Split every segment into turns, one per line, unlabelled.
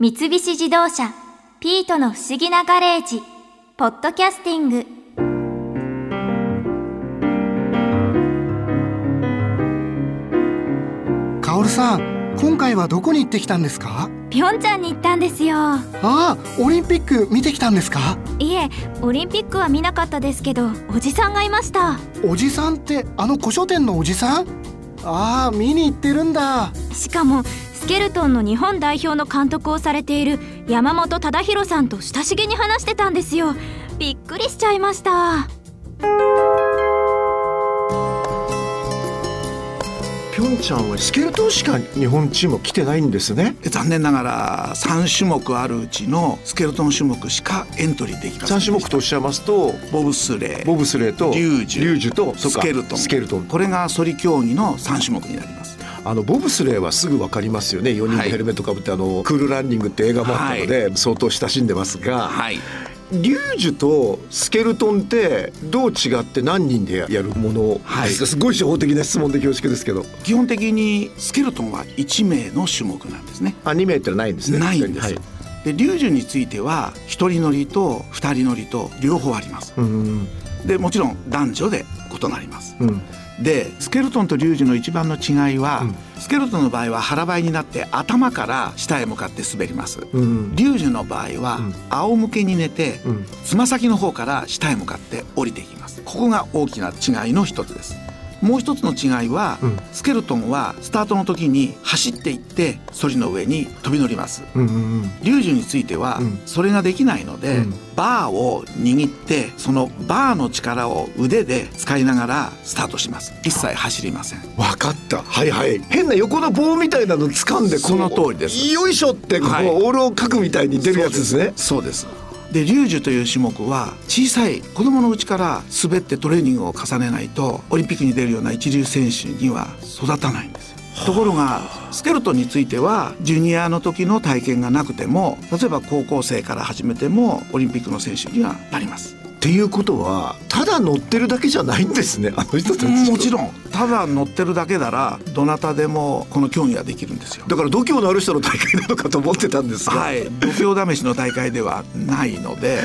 三菱自動車ピートの不思議なガレージポッドキャスティング
カオルさん今回はどこに行ってきたんですか
ピョンチャンに行ったんですよ
ああオリンピック見てきたんですか
いえオリンピックは見なかったですけどおじさんがいました
おじさんってあの古書店のおじさんああ見に行ってるんだ
しかもスケルトンの日本代表の監督をされている山本忠宏さんと親しげに話してたんですよびっくりしちゃいました
ピョンチャンはスケルトンしか日本チーム来てないんですね。
残念ながら3種目あるうちのスケルトン種目しかエントリーできません
三種
でした
目とおっしゃいますと、
ボブスレー
ボブスレーと
リュージュ
リュージュとそっ
ス
か
ケルトン
スケルトン
これがソリ競技の3種目になります
あのボブスレーはすぐわかりますよね。4人でヘルメットかぶって、あのクールランニングって映画もあったので、相当親しんでますが、
はい
リュージュとスケルトンってどう違って何人でやるもの、
はい
すごい初歩的な質問で恐縮ですけど、
基本的にスケルトンは1名の種目なんですね
アニメってのはないんですね。
ないんです、
はい
でリュージュについては1人乗りと2人乗りと両方あります
うん
でもちろん男女で異なります
うん
でスケルトンとリュージュの一番の違いは、
うん
スケルトンの場合は腹ばいになって頭から下へ向かって滑ります、
うん
リュージュの場合は、
うん
仰向けに寝て、
うん
つま先の方から下へ向かって降りていきますここが大きな違いの一つですもう一つの違いは、
うん
スケルトンはスタートの時に走っていってソリの上に飛び乗ります
うんうんうん
リュージュについては、
うん
それができないので、
うん
バーを握ってそのバーの力を腕で使いながらスタートします一切走りません
わかったはいはい変な横の棒みたいなの掴んで
その
こう
通りです
よいしょってこう、
はい
オールを書くみたいに出るやつですね
そうですでリュージュという種目は小さい子供のうちから滑ってトレーニングを重ねないとオリンピックに出るような一流選手には育たないんですよところがスケルトンについてはジュニアの時の体験がなくても例えば高校生から始めてもオリンピックの選手にはなります
っていうことはただ乗ってるだけじゃないんですねあの人たち
もち
ん
ろんただ乗ってるだけならどなたでもこの競技はできるんですよ
だから度胸のある人の大会なのかと思ってたんですが、
はい、度胸試しの大会ではないので、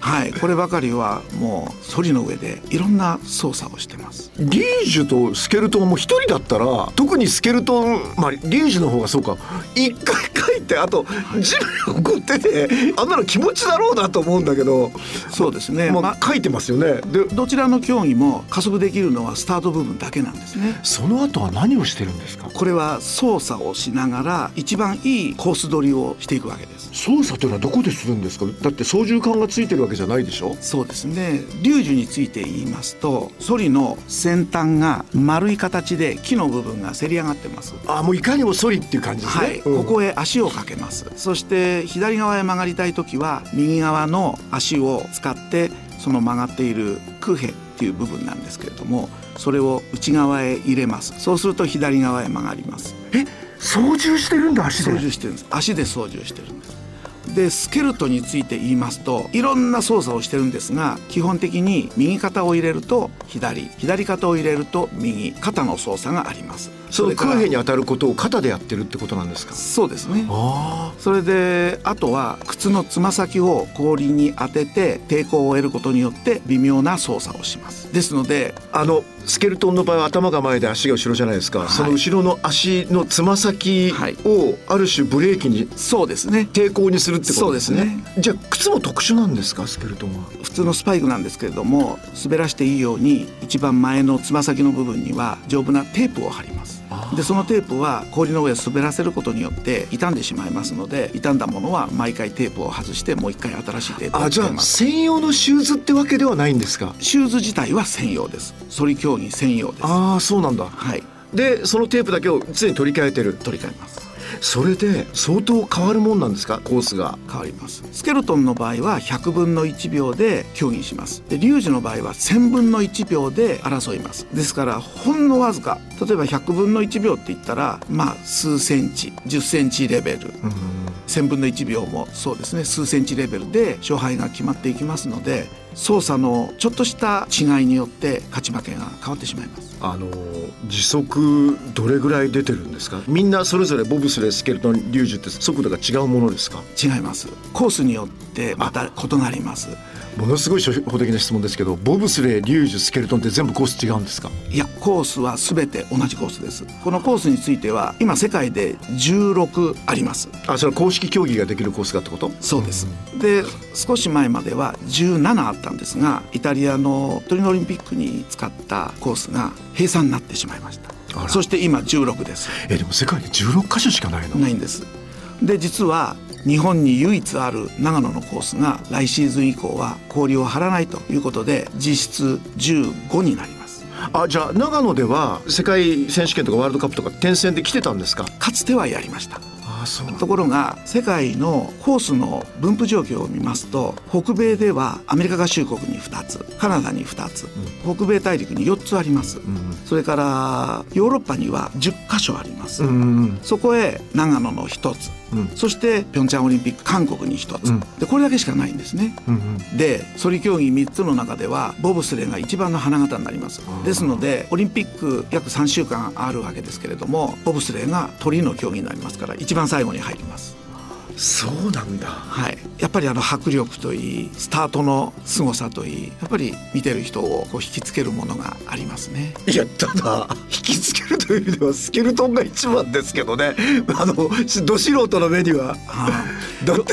はい、こればかりはもうソリの上でいろんな操作をしてます。
リュージュとスケルトンも一人だったら特にスケルトン、まあ、リュージュの方がそうか一回書いてあと地面をこっててあんなの気持ちだろうなと思うんだけど、
そうですね。
ま
ま
あ、書いてますよねで
どちらの競技も加速できるのはスタート部分だけなんですね。
その後は何をしてるんですか
これは操作をしながら一番いいコース取りをしていくわけです。
操作というのはどこでするんですかだって操縦桿がついてるわけじゃないでしょ
そうですねリュージュについて言いますとソリの先端が丸い形で木の部分がせり上がってます
あもういかにもソリっていう感じですね、
はい、
うん
ここへ足をかけますそして左側へ曲がりたい時は右側の足を使ってその曲がっているクヘっていう部分なんですけれどもそれを内側へ入れますそうすると左側へ曲がります
え操縦してるんだ足
操縦してるんです 足で操縦してるんですでスケルトンについて言いますといろんな操作をしてるんですが基本的に右肩を入れると左左肩を入れると右肩の操作があります
その
れから
空辺に当たることを肩でやってるってことなんですか
そうですね
あ
それであとは靴のつま先を氷に当てて抵抗を得ることによって微妙な操作をしますですので
ああのスケルトンの場合は頭が前で足が後ろじゃないですか、
はい
その後ろの足のつま先
はい
をある種ブレーキに
そうですね
抵抗にするってことですね
そうです
じゃあ靴も特殊なんですかスケルトンは
普通のスパイクなんですけれども滑らしていいように一番前のつま先の部分には丈夫なテープを貼ります
あー
でそのテープは氷の上を滑らせることによって傷んでしまいますので傷んだものは毎回テープを外してもう一回新しいテープを
あじゃ
つけ
あ
ます
専用のシューズってわけではないんですか
シューズ自体は専用ですソリ競技専用ですは
ああそうなんだ
い
でそのテープだけを常に取り替えてる
取り替えます
それで相当変わるもんなんですかコースが
変わりますスケルトンの場合は100分の1秒で競技しますでリュージュの場合は1000分の1秒で争いますですからほんのわずか例えば100分の1秒って言ったらまあ数センチ10センチレベル1000分の1秒もそうですね数センチレベルで勝敗が決まっていきますので操作のちょっとした違いによって勝ち負けが変わってしまいます。
あの時速どれぐらい出てるんですかみんなそれぞれボブスレースケルトンリュージュって速度が違うものですか
違います。コースによってまた異なります。
ものすごい初歩的な質問ですけどボブスレーリュージュスケルトンって全部コース違うんですか
いやコースは全て同じコースです。このコースについては今世界で16あります。
あそれは公式競技ができるコースかってこと
そうですで少し前までは17あったんですがイタリアのトリノオリンピックに使ったコースが閉鎖になってしまいまし
あら
たそして今16です
えでも世界に16箇所しかないの
ないんですで実は日本に唯一ある長野のコースが来シーズン以降は氷を張らないということで実質15になります
あじゃあ長野では世界選手権とかワールドカップとか転戦で来てたんですか
かつてはやりました
あそう
ところが世界のコースの分布状況を見ますと北米ではアメリカ合衆国に2つカナダに2つ、北米大陸に4つあります、それからヨーロッパには10カ所あります、
うん
そこへ長野の1つ、
うん
そしてピョンチャンオリンピック韓国に1つ、
うん
でこれだけしかないんですね、
うんうん
でそり競技3つの中ではボブスレーが一番の花形になりますですのでオリンピック約3週間あるわけですけれどもボブスレーが鳥の競技になりますから一番最後に入ります
そうなんだ
はい、やっぱりあの迫力といいスタートの凄さといいやっぱり見てる人をこう引きつけるものがありますね
いやただ引きつけるという意味ではスケルトンが一番ですけどねあのしど素人の目にはだって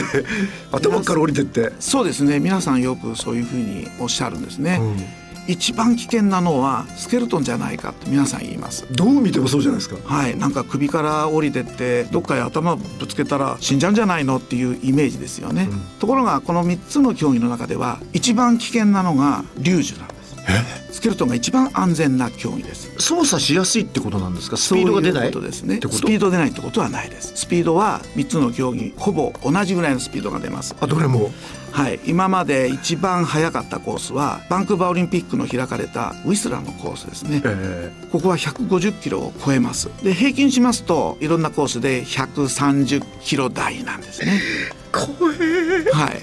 頭から降りてって
そうですね皆さんよくそういうふうにおっしゃるんですね、
うん
一番危険なのはスケルトンじゃないかって皆さん言います
どう見てもそうじゃないですか
はい、なんか首から降りてってどっかへ頭ぶつけたら死んじゃうんじゃないのっていうイメージですよね、ところがこの3つの競技の中では一番危険なのがリュージュなんですスケルトンが一番安全な競技です
操作しやすいってことなんですかスピードが出ない
そううことですね
ってこと
スピード出ないってことはないですスピードは3つの競技ほぼ同じぐらいのスピードが出ます
あどれも
はい今まで一番速かったコースはバンクーバーオリンピックの開かれたウィスラーのコースですね
ええ
ここは150キロを超えますで平均しますといろんなコースで130キロ台なんですね
怖え
はい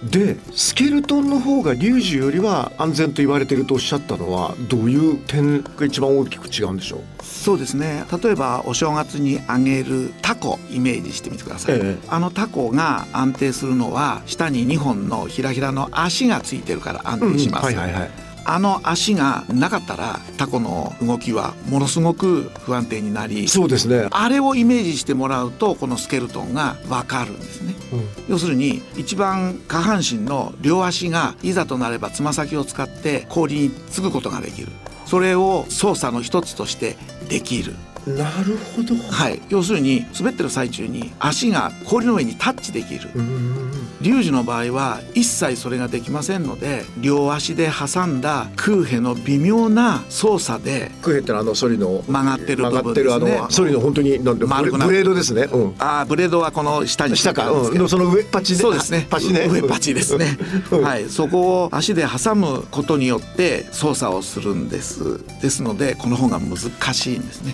でスケルトンの方がリュージュよりは安全と言われてるとおっしゃったのはどういう点が一番大きく違うんでしょう
そうですね例えばお正月にあげるタコイメージしてみてください、
ええ
あのタコが安定するのは下に2本のひらひらの足がついてるから安定します、
はいはいはい
あの足がなかったらタコの動きはものすごく不安定になり
そうですね
あれをイメージしてもらうとこのスケルトンがわかるんですね、
うん
要するに一番下半身の両足がいざとなればつま先を使って氷につくことができるそれを操作の一つとしてできる
なるほど
はい要するに滑ってる最中に足が氷の上にタッチできる
うん
リュージュの場合は一切それができませんので両足で挟んだ空ヘの微妙な操作で
クヘってのはあのソリの
曲がってる部
曲が
分
って
で
る
す
あ
ね
のソリの本当になんでブレ
丸くなる
ブレードですねうん
ああブレードはこの下に
下か、うん、でもその上パチね
そうですね。
パチね。
上パチですね
うん
はい、そこを足で挟むことによって操作をするんです。ですので、この方が難しいんですね。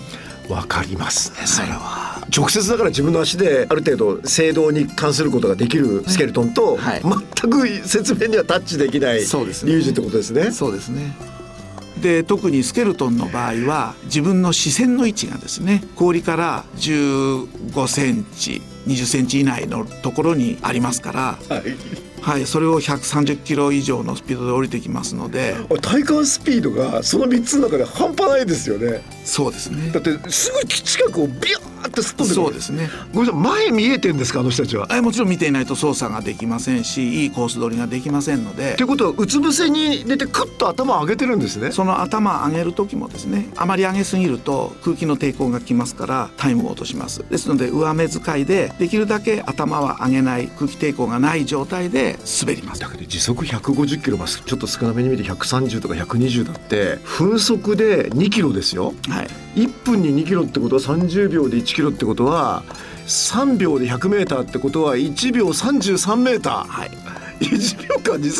わかりますねそれは、
は。
直接だから自分の足である程度制動に関することができるスケルトンと、
はい
全く説明にはタッチできないリ
そう
ュ
ですね
ージってことですね
そうですね。で特にスケルトンの場合は自分の視線の位置がですね氷から15センチ20センチ以内のところにありますから、
はい
はい、それを130キロ以上のスピードで降りてきますので
体感スピードがその3つの中で半端ないですよね
そうですね
だってすぐ近くをビャーってすっ飛んでくる
そうですね
ごめんなさい前見えてんですかあの人たちは
えもちろん見ていないと操作ができませんしいいコース取りができませんので
ということはうつ伏せに寝てクッと頭上げてるんですね
その頭上げる時もですねあまり上げすぎると空気の抵抗がきますからタイムを落としますですので上目遣いでできるだけ頭は上げない空気抵抗がない状態で滑ります
だけど時速150キロがちょっと少なめに見て130とか120だって分速で2キロですよ
はい
1分に2キロってことは30秒で1キロってことは3秒で100メーターってことは1秒33メーター
はい
1秒間に33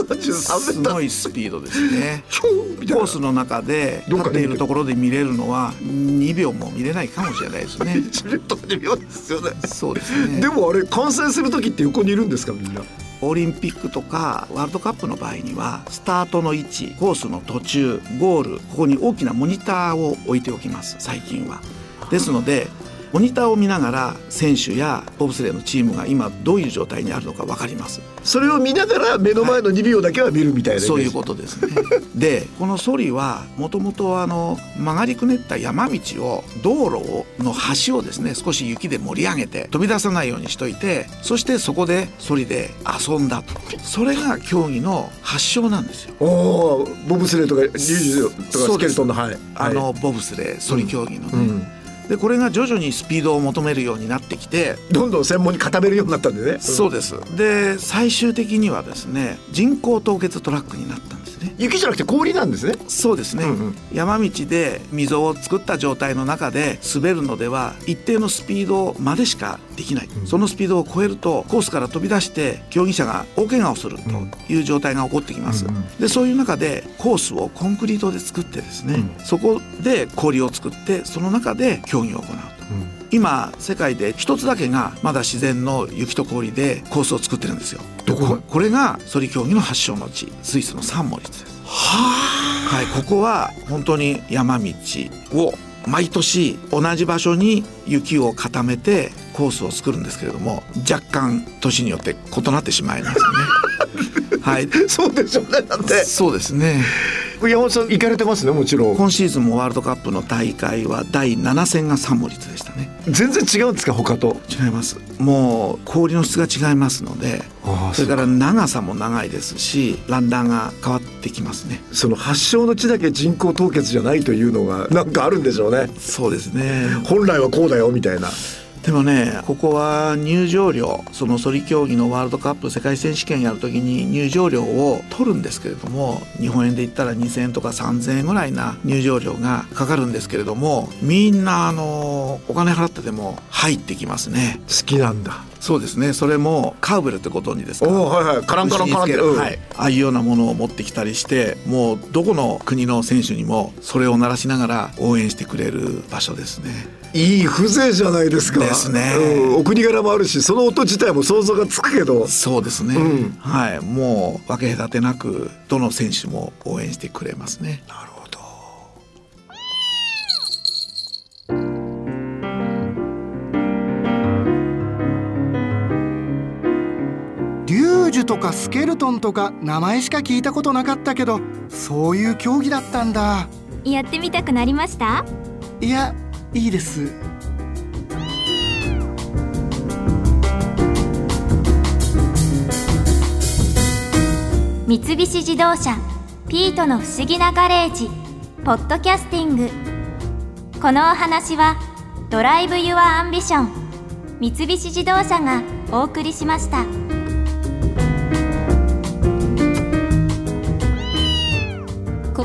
す
メーター
ごいスピードですね
ひょーみたい
コ
な
ースの中で
どっ
立
かで
って
見て
いるところで見れるのは2秒も見れないかもしれないですね
1秒と2秒ですよね
そうですね
でもあれ完成する時って横にいるんですかみんな
おオリンピックとかワールドカップの場合にはスタートの位置コースの途中ゴールここに大きなモニターを置いておきます最近は。ですのでモニターを見ながら選手やボブスレーのチームが今どういう状態にあるのか分かります。
それを見ながら目の前の2秒だけは見るみたいな、
そういう
と
ことで すね。でこのソリはもともとあの曲がりくねった山道を道路をの端をですね少し雪で盛り上げて飛び出さないようにしといてそしてそこでソリで遊んだとそれが競技の発祥なんですよ。
おおボブスレーとかリュージュとかス
そう
ケ
で
ル
す
トンのはい
あ
は
のボブスレーソリ競技のね、
いうん
でこれが徐々にスピードを求めるようになってきて
どんどん専門に固めるようになったんでね、
そうですで最終的にはですね人工凍結トラックになったんですね
雪じゃなくて氷なんですね
そうですね、
うんうん
山道で溝を作った状態の中で滑るのでは一定のスピードまでしかできない、そのスピードを超えるとコースから飛び出して競技者が大怪我をするという状態が起こってきます、
うんうん
でそういう中でコースをコンクリートで作ってですね、そこで氷を作ってその中で競技を行うと。今世界で一つだけがまだ自然の雪と氷でコースを作ってるんですよ。
どこが
これがソリ競技の発祥の地スイスのサンモリッツです。はい、ここは本当に山道を毎年同じ場所に雪を固めてコースを作るんですけれども若干年によって異なってしまいます ね。はい、
そうでしょうねだって
そうですね
山本さん行かれてますねもちろん
今シーズンもワールドカップの大会は第7戦がサンモリッツでしたね
全然違うんですか他と
違いますもう氷の質が違いますので
ああ
それから長さも長いですしランダーが変わってきますね
その発祥の地だけ人工凍結じゃないというのがなんかあるんでしょうね
そうですね
本来はこうだよみたいな
でもねここは入場料そのソリ競技のワールドカップ世界選手権やるときに入場料を取るんですけれども日本円で言ったら2,000円とか3,000円ぐらいな入場料がかかるんですけれどもみんなあのお金払ってでも入ってきますね
好きなんだ
そうですねそれもカーブルってご存知ですか
おーはいはいカランカランカランって
牛につける
うん
はい、ああいうようなものを持ってきたりしてもうどこの国の選手にもそれを鳴らしながら応援してくれる場所ですね
いい風情じゃないですか
ですね
うんお国柄もあるしその音自体も想像がつくけど
そうですね、
うん
はいもう分け隔てなくどの選手も応援してくれますねなるほど
リュージュとかスケルトンとか名前しか聞いたことなかったけどそういう競技だったんだ
やってみたくなりました
いやいいです
三菱自動車ピートの不思議なガレージポッドキャスティングこのお話はドライブ・ユア・アンビション三菱自動車がお送りしました。
こ